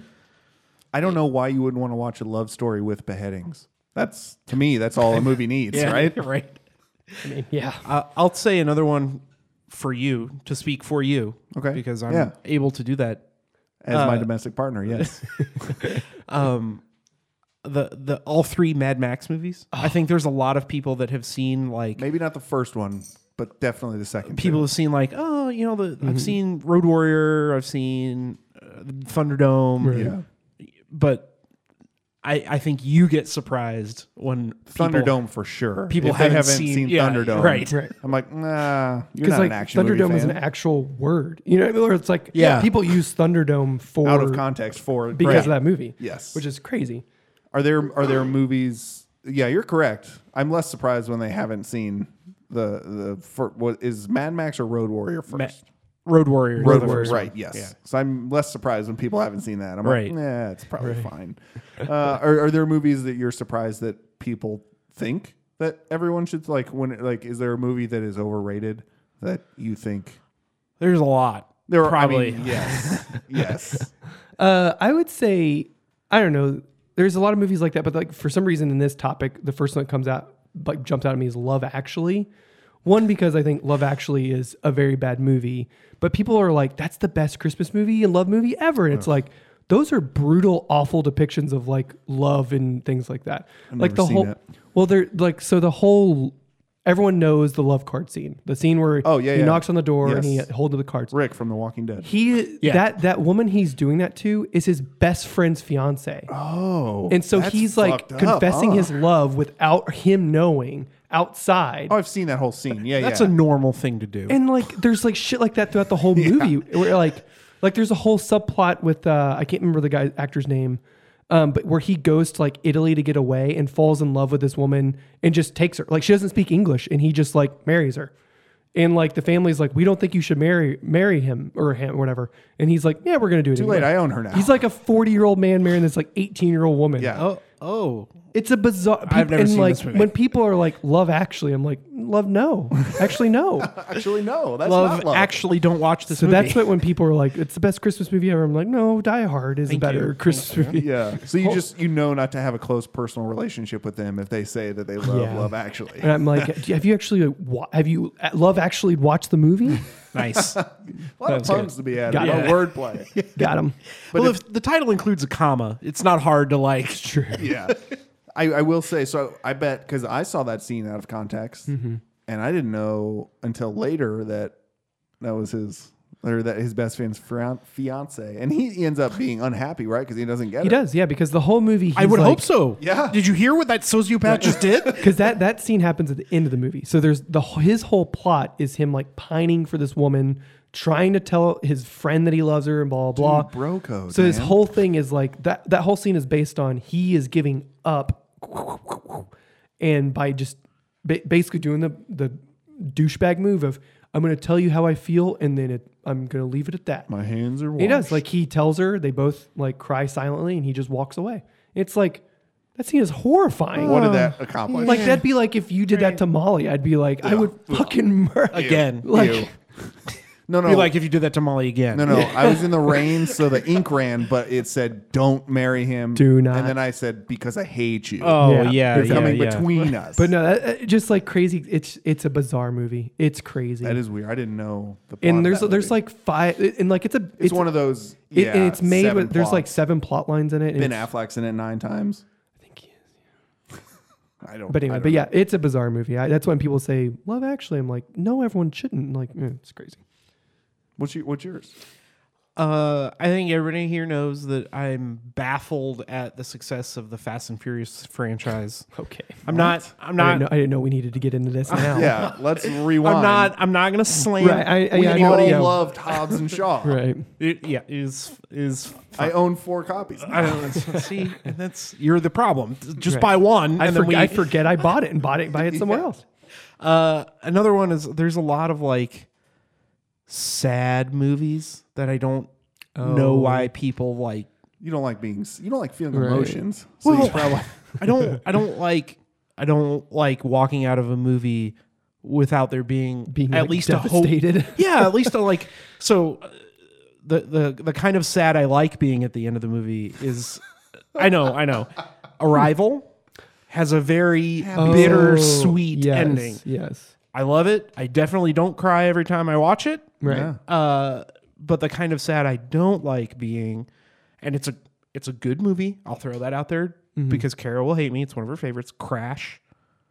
[SPEAKER 1] I don't know why you wouldn't want to watch a love story with beheadings. That's to me, that's all a movie needs,
[SPEAKER 2] yeah,
[SPEAKER 1] right?
[SPEAKER 2] right.
[SPEAKER 3] With it. I mean, yeah,
[SPEAKER 2] Uh, I'll say another one for you to speak for you.
[SPEAKER 1] Okay.
[SPEAKER 2] Because I'm
[SPEAKER 1] Yeah.
[SPEAKER 2] able to do that
[SPEAKER 1] As my domestic partner, yes.
[SPEAKER 2] the the all three Mad Max movies. I think there's a lot of people that have seen like
[SPEAKER 1] Maybe not the first one, but definitely the second.
[SPEAKER 2] people have seen like oh you know the
[SPEAKER 1] Mm-hmm.
[SPEAKER 2] I've seen Road Warrior, I've seen uh, Thunderdome,
[SPEAKER 1] two. yeah.
[SPEAKER 2] but I, I think you get surprised when people-
[SPEAKER 1] Thunderdome for sure.
[SPEAKER 2] people
[SPEAKER 1] If they
[SPEAKER 2] haven't
[SPEAKER 1] haven't
[SPEAKER 2] seen-
[SPEAKER 1] seen,
[SPEAKER 2] yeah,
[SPEAKER 1] Thunderdome,
[SPEAKER 2] right.
[SPEAKER 3] Right.
[SPEAKER 1] I'm like, nah, you're
[SPEAKER 3] Because
[SPEAKER 1] not
[SPEAKER 3] like
[SPEAKER 1] an action movie
[SPEAKER 3] Thunderdome is
[SPEAKER 1] fan.
[SPEAKER 3] an actual word, you know, or it's like yeah,
[SPEAKER 2] Yeah.
[SPEAKER 3] people use Thunderdome for
[SPEAKER 1] out of context for
[SPEAKER 3] because
[SPEAKER 1] right.
[SPEAKER 3] of that movie.
[SPEAKER 1] Yes.
[SPEAKER 3] which is crazy.
[SPEAKER 1] Are there are there movies? Yeah, you're correct. I'm less surprised when they haven't seen the the for, what is Mad Max or Road Warrior
[SPEAKER 2] Ma-
[SPEAKER 1] first.
[SPEAKER 2] Road Warrior. is
[SPEAKER 1] Road
[SPEAKER 2] the
[SPEAKER 1] Warrior,
[SPEAKER 2] first
[SPEAKER 1] right?
[SPEAKER 2] one.
[SPEAKER 1] Yes.
[SPEAKER 2] Yeah.
[SPEAKER 1] So I'm less surprised when people haven't seen that. I'm
[SPEAKER 2] Right.
[SPEAKER 1] like, yeah, it's probably fine. Uh, are, are there movies that you're surprised that people think that everyone should like? When it- like, is there a movie that is overrated that you think
[SPEAKER 2] There's a lot.
[SPEAKER 1] there are? I
[SPEAKER 2] probably.
[SPEAKER 1] mean, yes, yes.
[SPEAKER 3] Uh, I would say I don't know. There's a lot of movies like that, but like for some reason in this topic, the first one that comes out like jumps out at me is Love Actually. One because I think Love Actually is a very bad movie, but people are like, "That's the best Christmas movie and love movie ever," and it's like. Those are brutal, awful depictions of like love and things like that. like
[SPEAKER 1] never
[SPEAKER 3] the
[SPEAKER 1] seen
[SPEAKER 3] whole,
[SPEAKER 1] it.
[SPEAKER 3] well, they're like so the whole. Everyone knows the love card scene, the scene where
[SPEAKER 1] Oh, yeah,
[SPEAKER 3] he
[SPEAKER 1] yeah.
[SPEAKER 3] knocks on the door and he
[SPEAKER 1] Yes.
[SPEAKER 3] holds the cards
[SPEAKER 1] Rick from The Walking Dead.
[SPEAKER 3] he
[SPEAKER 2] Yeah.
[SPEAKER 3] that that woman he's doing that to is his best friend's fiance
[SPEAKER 1] Oh,
[SPEAKER 3] and so
[SPEAKER 1] that's
[SPEAKER 3] he's like
[SPEAKER 1] fucked up,
[SPEAKER 3] confessing
[SPEAKER 1] huh?
[SPEAKER 3] his love without him knowing outside
[SPEAKER 1] Oh, I've seen that whole scene. Yeah,
[SPEAKER 2] That's
[SPEAKER 1] yeah.
[SPEAKER 2] a normal thing to do.
[SPEAKER 3] and like there's like shit like that throughout the whole movie where like like there's a whole subplot with uh i can't remember the guy actor's name um, but where he goes to like Italy to get away and falls in love with this woman and just takes her like she doesn't speak English and he just like marries her and like the family's like we don't think you should marry marry him or him or whatever and he's like yeah we're gonna do it
[SPEAKER 1] Too late. I own her now.
[SPEAKER 3] He's like a 40 year old man marrying this like 18 year old woman.
[SPEAKER 1] yeah.
[SPEAKER 2] oh, oh,
[SPEAKER 3] It's a bizarre. People,
[SPEAKER 2] I've never
[SPEAKER 3] and
[SPEAKER 2] seen
[SPEAKER 3] like,
[SPEAKER 2] this movie.
[SPEAKER 3] When people are like, love actually, I'm like, love no. Actually, no.
[SPEAKER 1] Actually, no. That's
[SPEAKER 2] love,
[SPEAKER 1] not love.
[SPEAKER 2] Actually, don't watch this
[SPEAKER 3] so
[SPEAKER 2] movie.
[SPEAKER 3] that's what when people are like, it's the best Christmas movie ever. I'm like, no, Die Hard is a
[SPEAKER 2] Thank
[SPEAKER 3] better
[SPEAKER 2] you.
[SPEAKER 3] Christmas
[SPEAKER 2] Thank
[SPEAKER 3] movie.
[SPEAKER 1] yeah. So you just you know not to have a close personal relationship with them if they say that they love
[SPEAKER 3] Yeah.
[SPEAKER 1] Love Actually.
[SPEAKER 3] And I'm like, "Do- have you actually, wa- have you, uh, love actually watched the movie?
[SPEAKER 2] nice.
[SPEAKER 1] A lot of
[SPEAKER 2] good.
[SPEAKER 1] puns to be added.
[SPEAKER 3] Got
[SPEAKER 1] No
[SPEAKER 2] it.
[SPEAKER 1] wordplay.
[SPEAKER 3] Got him.
[SPEAKER 2] well, if, the title includes a comma, it's not hard to like.
[SPEAKER 1] yeah. I, I will say so. I bet because I saw that scene out of context,
[SPEAKER 3] Mm-hmm.
[SPEAKER 1] and I didn't know until later that that was his or that his best friend's fian- fiance, and he ends up being unhappy, right? Because he doesn't get
[SPEAKER 3] He
[SPEAKER 1] it.
[SPEAKER 3] does. Yeah. Because the whole movie, he's
[SPEAKER 2] I would
[SPEAKER 3] like-
[SPEAKER 2] hope so.
[SPEAKER 1] Yeah.
[SPEAKER 2] Did you hear what that sociopath just did?
[SPEAKER 3] because that that scene happens at the end of the movie. So there's the his whole plot is him like pining for this woman, trying to tell his friend that he loves her and blah blah
[SPEAKER 1] Dude,
[SPEAKER 3] blah.
[SPEAKER 1] bro code,
[SPEAKER 3] So his
[SPEAKER 1] man.
[SPEAKER 3] whole thing is like that. That whole scene is based on he is giving up, and by just ba- basically doing the the douchebag move of I'm going to tell you how I feel and then it, I'm going to leave it at that.
[SPEAKER 1] My hands are. Washed.
[SPEAKER 3] He does. Like he tells her, they both like cry silently, and he just walks away. It's like that scene is horrifying.
[SPEAKER 1] What did that accomplish?
[SPEAKER 3] Like that'd be like if you did that to Molly, I'd be like, I would fucking murder.
[SPEAKER 2] Again.
[SPEAKER 3] like
[SPEAKER 1] Ew. no, no.
[SPEAKER 2] Be like if you did that to Molly again.
[SPEAKER 1] No, no. I was in the rain, so the ink ran, but it said, "Don't marry him."
[SPEAKER 3] Do not.
[SPEAKER 1] And then I said, "Because I hate you."
[SPEAKER 2] Oh
[SPEAKER 3] Yeah.
[SPEAKER 2] yeah, yeah,
[SPEAKER 1] it's coming
[SPEAKER 2] yeah.
[SPEAKER 1] between us.
[SPEAKER 3] but no, that, that- uh, just like crazy. It's it's a bizarre movie. It's crazy.
[SPEAKER 1] that is weird. I didn't know the. plot of
[SPEAKER 3] and there's
[SPEAKER 1] that
[SPEAKER 3] there's
[SPEAKER 1] movie.
[SPEAKER 3] like five, and like it's a
[SPEAKER 1] it's, one of those.
[SPEAKER 3] it,
[SPEAKER 1] Yeah,
[SPEAKER 3] and it's made
[SPEAKER 1] seven
[SPEAKER 3] with there's like
[SPEAKER 1] plots.
[SPEAKER 3] seven plot lines in it. and
[SPEAKER 1] Ben
[SPEAKER 3] it's-
[SPEAKER 1] Affleck's in it nine times.
[SPEAKER 3] I think he is.
[SPEAKER 1] I don't.
[SPEAKER 3] But
[SPEAKER 1] I
[SPEAKER 3] anyway,
[SPEAKER 1] don't
[SPEAKER 3] but
[SPEAKER 1] know.
[SPEAKER 3] yeah, it's a bizarre movie. I, that's when people say Love Actually. I'm like, no, everyone shouldn't. Like, mm, it's crazy.
[SPEAKER 1] What's your, what's yours?
[SPEAKER 2] Uh, I think everybody here knows that I'm baffled at the success of the Fast and Furious franchise.
[SPEAKER 3] Okay.
[SPEAKER 2] I'm not. I'm
[SPEAKER 3] I didn't,
[SPEAKER 2] not.
[SPEAKER 3] know, I didn't know we needed to get into this now.
[SPEAKER 1] Yeah, let's rewind.
[SPEAKER 2] I'm not. I'm not gonna slam.
[SPEAKER 3] Right. I, I,
[SPEAKER 1] We
[SPEAKER 3] yeah, I know
[SPEAKER 1] all
[SPEAKER 3] what- yeah.
[SPEAKER 1] loved Hobbs and Shaw.
[SPEAKER 3] Right.
[SPEAKER 2] It, yeah, is is.
[SPEAKER 1] I own four copies.
[SPEAKER 2] I don't know. See, and that's you're the problem. Just
[SPEAKER 3] Right.
[SPEAKER 2] buy one,
[SPEAKER 3] I,
[SPEAKER 2] and then
[SPEAKER 3] forg-
[SPEAKER 2] we.
[SPEAKER 3] I forget I bought it and bought it by it somewhere
[SPEAKER 1] Yeah.
[SPEAKER 3] else.
[SPEAKER 2] Uh, another one is there's a lot of like sad movies that I don't know
[SPEAKER 3] Oh.
[SPEAKER 2] why people like.
[SPEAKER 1] You don't like being. s- You don't like feeling
[SPEAKER 3] Right.
[SPEAKER 1] emotions. So you
[SPEAKER 2] Well-
[SPEAKER 1] probably
[SPEAKER 2] I don't. I don't like. I don't like walking out of a movie without there being,
[SPEAKER 3] Being
[SPEAKER 2] at
[SPEAKER 3] like,
[SPEAKER 2] least
[SPEAKER 3] devastated.
[SPEAKER 2] a hope. Yeah, at least a like. So, uh, the the the kind of sad I like being at the end of the movie is, I know, I know, Arrival has a very
[SPEAKER 1] Oh.
[SPEAKER 2] bittersweet
[SPEAKER 3] Oh, yes,
[SPEAKER 2] ending.
[SPEAKER 3] Yes.
[SPEAKER 2] I love it. I definitely don't cry every time I watch it.
[SPEAKER 3] Right.
[SPEAKER 1] Yeah.
[SPEAKER 2] Uh, but the kind of sad I don't like being, and it's a it's a good movie. I'll throw that out there
[SPEAKER 3] Mm-hmm.
[SPEAKER 2] because Carol will hate me. It's one of her favorites. Crash,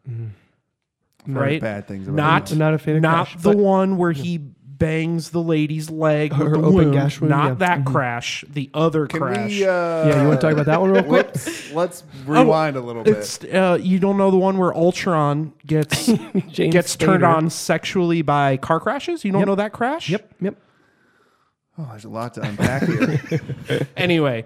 [SPEAKER 1] heard
[SPEAKER 3] Mm-hmm.
[SPEAKER 2] right?
[SPEAKER 1] bad things. About
[SPEAKER 2] Not
[SPEAKER 1] it.
[SPEAKER 3] I'm not a fan of
[SPEAKER 2] not
[SPEAKER 3] Crash,
[SPEAKER 2] the
[SPEAKER 3] but-
[SPEAKER 2] one where he bangs the lady's leg
[SPEAKER 3] Her
[SPEAKER 2] with the
[SPEAKER 3] open
[SPEAKER 2] wound,
[SPEAKER 3] gash wound,
[SPEAKER 2] not
[SPEAKER 3] yeah. Mm-hmm.
[SPEAKER 2] that crash, the other
[SPEAKER 1] Can
[SPEAKER 2] crash.
[SPEAKER 1] we? Uh,
[SPEAKER 3] yeah, you want to talk about that one real quick?
[SPEAKER 1] Let's, let's rewind a little bit.
[SPEAKER 2] It's uh, you don't know the one where Ultron gets
[SPEAKER 3] James
[SPEAKER 2] gets turned
[SPEAKER 3] Spader.
[SPEAKER 2] on sexually by car crashes. You don't know that crash.
[SPEAKER 3] Yep, yep.
[SPEAKER 1] Oh, there's a lot to unpack here.
[SPEAKER 2] Anyway,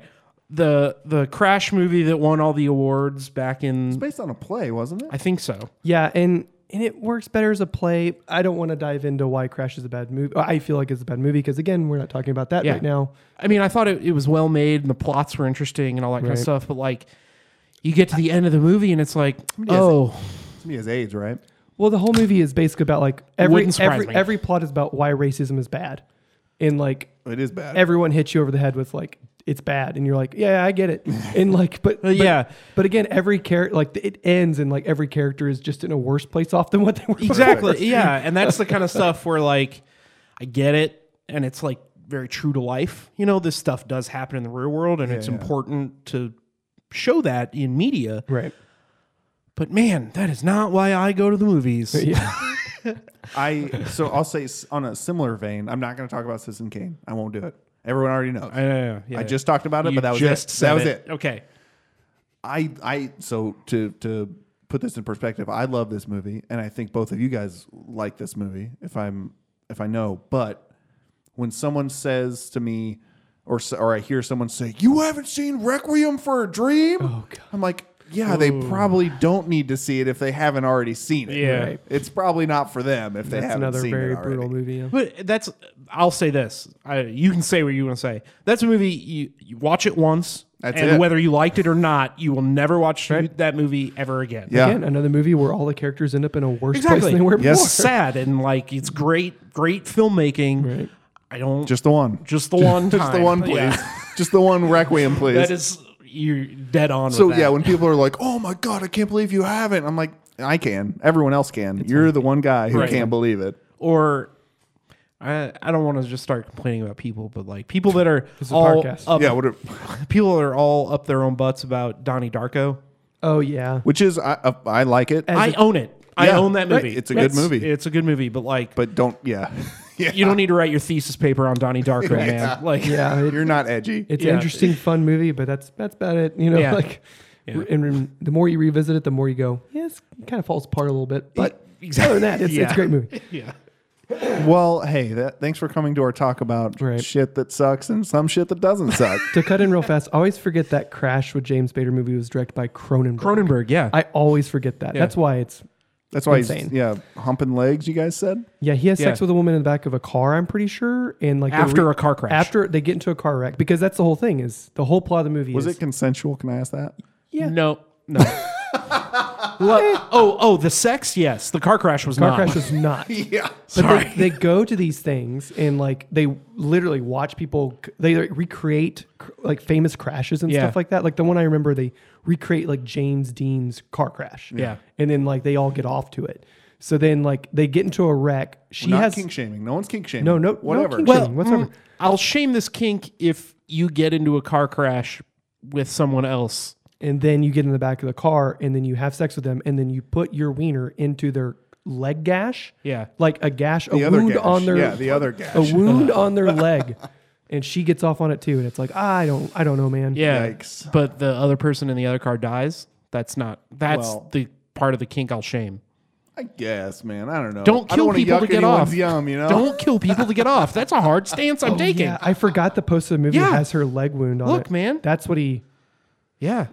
[SPEAKER 2] the the crash movie that won all the awards back in
[SPEAKER 1] Based on a play, wasn't it?
[SPEAKER 2] I think so.
[SPEAKER 3] Yeah, and and it works better as a play. I don't want to dive into why Crash is a bad movie. I feel like it's a bad movie because again, we're not talking about that
[SPEAKER 2] Yeah.
[SPEAKER 3] right now.
[SPEAKER 2] I mean, I thought it, it was well made and the plots were interesting and all that kind of stuff, but like. You get to the end of the movie and it's like,
[SPEAKER 1] has-
[SPEAKER 2] oh,
[SPEAKER 1] Somebody has AIDS, right?
[SPEAKER 3] Well, the whole movie is basically about like every
[SPEAKER 2] Wouldn't surprise
[SPEAKER 3] every
[SPEAKER 2] me.
[SPEAKER 3] every plot is about why racism is bad, and like
[SPEAKER 1] It is bad.
[SPEAKER 3] everyone hits you over the head with like it's bad, and you're like, yeah, I get it, and like, but, but
[SPEAKER 2] yeah.
[SPEAKER 3] but again, every character like it ends, and like every character is just in a worse place off than what they were.
[SPEAKER 2] exactly, yeah, and that's the kind of stuff where like, I get it, and it's like very true to life. You know, this stuff does happen in the real world, and it's
[SPEAKER 1] yeah.
[SPEAKER 2] important to show that in media.
[SPEAKER 3] Right.
[SPEAKER 2] But man, that is not why I go to the movies.
[SPEAKER 3] Yeah.
[SPEAKER 1] I so I'll say s- on a similar vein. I'm not going to talk about Citizen Kane. I won't do it. Everyone already knows.
[SPEAKER 2] I, know, yeah.
[SPEAKER 1] I just talked about it, but
[SPEAKER 2] You
[SPEAKER 1] that was
[SPEAKER 2] just
[SPEAKER 1] it.
[SPEAKER 2] said
[SPEAKER 1] that was it.
[SPEAKER 2] Okay.
[SPEAKER 1] I I so to to put this in perspective, I love this movie, and I think both of you guys like this movie. If I'm if I know, but when someone says to me, or s- or I hear someone say, "You haven't seen Requiem for a Dream,"
[SPEAKER 3] Oh,
[SPEAKER 1] I'm like. Yeah, they probably don't need to see it if they haven't already seen it.
[SPEAKER 2] Yeah.
[SPEAKER 3] Right.
[SPEAKER 1] it's probably not for them if they
[SPEAKER 3] That's
[SPEAKER 1] haven't
[SPEAKER 3] another
[SPEAKER 1] seen it
[SPEAKER 3] very
[SPEAKER 1] already.
[SPEAKER 3] brutal movie. Yeah.
[SPEAKER 2] But that's I'll say this. I, you can say what you want to say. That's a movie you, you watch it once,
[SPEAKER 1] That's
[SPEAKER 2] and
[SPEAKER 1] it.
[SPEAKER 2] whether you liked it or not, you will never watch that movie ever again.
[SPEAKER 1] Yeah,
[SPEAKER 3] Again, another movie where all the characters end up in a worse place
[SPEAKER 2] Exactly.
[SPEAKER 3] than they were
[SPEAKER 1] Yes.
[SPEAKER 2] It's
[SPEAKER 3] before.
[SPEAKER 2] sad and like it's great, great filmmaking.
[SPEAKER 3] Right.
[SPEAKER 2] I don't
[SPEAKER 1] just
[SPEAKER 2] just,
[SPEAKER 1] the one,
[SPEAKER 2] the one,
[SPEAKER 1] just the
[SPEAKER 2] time.
[SPEAKER 1] one, please,
[SPEAKER 2] Yeah.
[SPEAKER 1] just the one Requiem, please.
[SPEAKER 2] That is you're dead on.
[SPEAKER 1] So
[SPEAKER 2] with that.
[SPEAKER 1] yeah, when people are like, "Oh my god, I can't believe you haven't," I'm like, "I can. Everyone else can. You're the one guy who
[SPEAKER 2] Right.
[SPEAKER 1] can't believe it."
[SPEAKER 2] or I, I don't want to just start complaining about people, but like people that are
[SPEAKER 3] is a
[SPEAKER 2] all
[SPEAKER 3] podcast.
[SPEAKER 2] up,
[SPEAKER 1] yeah, what are-
[SPEAKER 2] people that are all up their own butts about Donnie Darko.
[SPEAKER 3] Oh yeah.
[SPEAKER 1] which is I, uh, I like it,
[SPEAKER 2] I own it. I
[SPEAKER 1] Yeah,
[SPEAKER 2] own that
[SPEAKER 1] right.
[SPEAKER 2] movie.
[SPEAKER 1] It's a good movie.
[SPEAKER 2] It's a good movie, but like,
[SPEAKER 1] but don't. Yeah, yeah.
[SPEAKER 2] you don't need to write your thesis paper on Donnie Darko, man. Like,
[SPEAKER 3] Yeah. it-
[SPEAKER 1] You're not edgy.
[SPEAKER 3] it's
[SPEAKER 2] Yeah.
[SPEAKER 3] an interesting, fun movie, but that's that's about it. You know,
[SPEAKER 2] Yeah.
[SPEAKER 3] like, and rem- the more you revisit it, the more you go, yeah, it's, it kind of falls apart a little bit. But other than that, it's, it's
[SPEAKER 2] E, Yeah.
[SPEAKER 3] a great movie.
[SPEAKER 2] yeah.
[SPEAKER 1] well, hey, that, thanks for coming to our talk about
[SPEAKER 3] Right.
[SPEAKER 1] shit that sucks and some shit that doesn't suck.
[SPEAKER 3] To cut in real fast, I always forget that Crash with James Bader movie was directed by Cronenberg.
[SPEAKER 2] Cronenberg. Yeah.
[SPEAKER 3] I always forget that.
[SPEAKER 2] Yeah.
[SPEAKER 3] That's why it's
[SPEAKER 1] That's why
[SPEAKER 3] Insane.
[SPEAKER 1] he's yeah humping legs. You guys said
[SPEAKER 3] yeah. He has sex
[SPEAKER 2] Yeah.
[SPEAKER 3] with a woman in the back of a car. I'm pretty sure, and like the
[SPEAKER 2] After a car crash.
[SPEAKER 3] after they get into a car wreck because that's the whole thing. Is the whole plot of the movie
[SPEAKER 1] was
[SPEAKER 3] is
[SPEAKER 1] it consensual? Can I ask that?
[SPEAKER 3] yeah.
[SPEAKER 2] No. No. Well, oh, oh, the sex. Yes, the car crash was
[SPEAKER 3] car
[SPEAKER 2] not.
[SPEAKER 3] crash was not.
[SPEAKER 1] Yeah.
[SPEAKER 3] But they, they go to these things and like they literally watch people. c- They like, recreate cr- like famous crashes and
[SPEAKER 2] Yeah.
[SPEAKER 3] stuff like that. Like the one I remember, they recreate like James Dean's car crash.
[SPEAKER 2] Yeah.
[SPEAKER 3] and then like they all get off to it. So then like they get into a wreck. She
[SPEAKER 1] not
[SPEAKER 3] has
[SPEAKER 1] kink shaming. No one's kink shaming.
[SPEAKER 3] No, no- no
[SPEAKER 1] whatever.
[SPEAKER 3] kink
[SPEAKER 2] well,
[SPEAKER 3] shaming whatsoever.
[SPEAKER 2] mm, I'll shame this kink if you get into a car crash with someone else.
[SPEAKER 3] and then you get in the back of the car and then you have sex with them and then you put your wiener into their leg gash.
[SPEAKER 2] Yeah.
[SPEAKER 3] like a gash,
[SPEAKER 1] the
[SPEAKER 3] a
[SPEAKER 1] other
[SPEAKER 3] wound
[SPEAKER 1] gash.
[SPEAKER 3] on their
[SPEAKER 1] yeah, the other gash.
[SPEAKER 3] a wound on their leg. And she gets off on it too, and it's like "Ah, I don't, I don't know, man.
[SPEAKER 2] Yeah.
[SPEAKER 1] Yikes.
[SPEAKER 2] But the other person in the other car dies. That's not. That's
[SPEAKER 1] Well-
[SPEAKER 2] the part of the kink I'll shame.
[SPEAKER 1] I guess, man. I don't know.
[SPEAKER 2] Don't
[SPEAKER 1] I
[SPEAKER 2] kill
[SPEAKER 1] wanna
[SPEAKER 2] people to
[SPEAKER 1] yuck
[SPEAKER 2] get
[SPEAKER 1] anyone's
[SPEAKER 2] off.
[SPEAKER 1] Yum, you know. Oh,
[SPEAKER 2] Don't kill people to get off. That's a hard stance I'm taking.
[SPEAKER 3] Oh, Yeah, I forgot the post of the movie
[SPEAKER 2] Yeah.
[SPEAKER 3] has her leg wound on it.
[SPEAKER 2] Look, man.
[SPEAKER 3] That's what he.
[SPEAKER 2] yeah.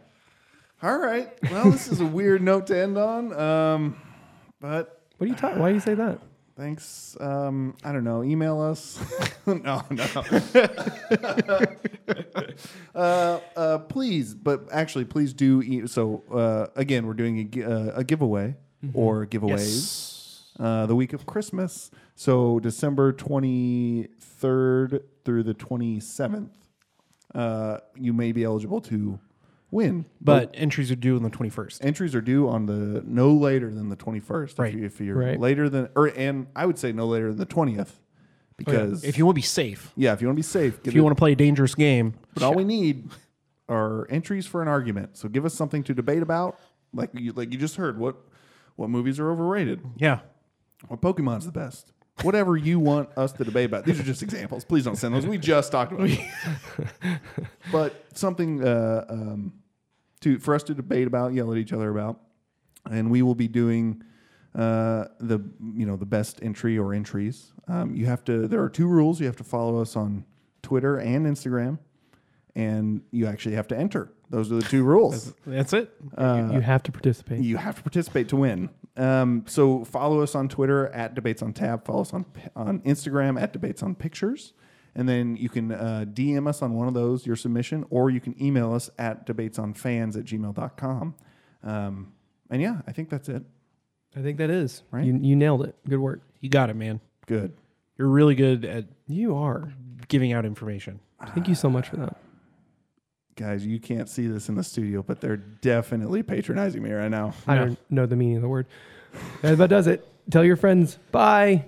[SPEAKER 1] All right. Well, this is a weird note to end on. Um, but
[SPEAKER 3] What are you talking? Why do you say that?
[SPEAKER 1] thanks. Um, I don't know. Email us. no, no. uh, uh, please, but actually, please do. E- so uh, again, we're doing a, gi- uh, a giveaway or giveaways uh, the week of Christmas. So December 23rd through the 27th, uh, you may be eligible to win.
[SPEAKER 2] But entries are due on the 21st.
[SPEAKER 1] entries are due on the no later than the 21st
[SPEAKER 2] Right. Oh,
[SPEAKER 1] if, you, if you're
[SPEAKER 3] Right.
[SPEAKER 1] later than or and i would say no later than the 20th because
[SPEAKER 2] If you want to be safe,
[SPEAKER 1] yeah if you want to be safe
[SPEAKER 2] if you want to play a dangerous game,
[SPEAKER 1] but all we need are entries for an argument so give us something to debate about like you like you just heard what what movies are overrated
[SPEAKER 2] yeah.
[SPEAKER 1] what pokemon's the best Whatever you want us to debate about. These are just examples. Please don't send those. We just talked about. it. but something uh, um, to for us to debate about, yell at each other about, and we will be doing uh, the you know the best entry or entries. Um, you have to. There are two rules. You have to follow us on Twitter and Instagram, and you actually have to enter. Those are the two rules.
[SPEAKER 2] That's it.
[SPEAKER 3] you have to participate.
[SPEAKER 1] You have to participate to win. Um, so follow us on Twitter at debates on tab. Follow us on on Instagram at debates on pictures, and then you can uh, DM us on one of those your submission, or you can email us at debatesonfans at gmail.com. Um, and yeah, I think that's it.
[SPEAKER 3] I think that is.
[SPEAKER 1] Right.
[SPEAKER 3] You, you nailed it. Good work.
[SPEAKER 2] You got it, man.
[SPEAKER 1] Good.
[SPEAKER 2] You're really good at
[SPEAKER 3] You are.
[SPEAKER 2] giving out information.
[SPEAKER 3] Thank you so much for that.
[SPEAKER 1] Guys, you can't see this in the studio, but they're definitely patronizing me right now.
[SPEAKER 3] I
[SPEAKER 2] No.
[SPEAKER 3] don't know the meaning of the word. That about does it. Tell your friends. Bye.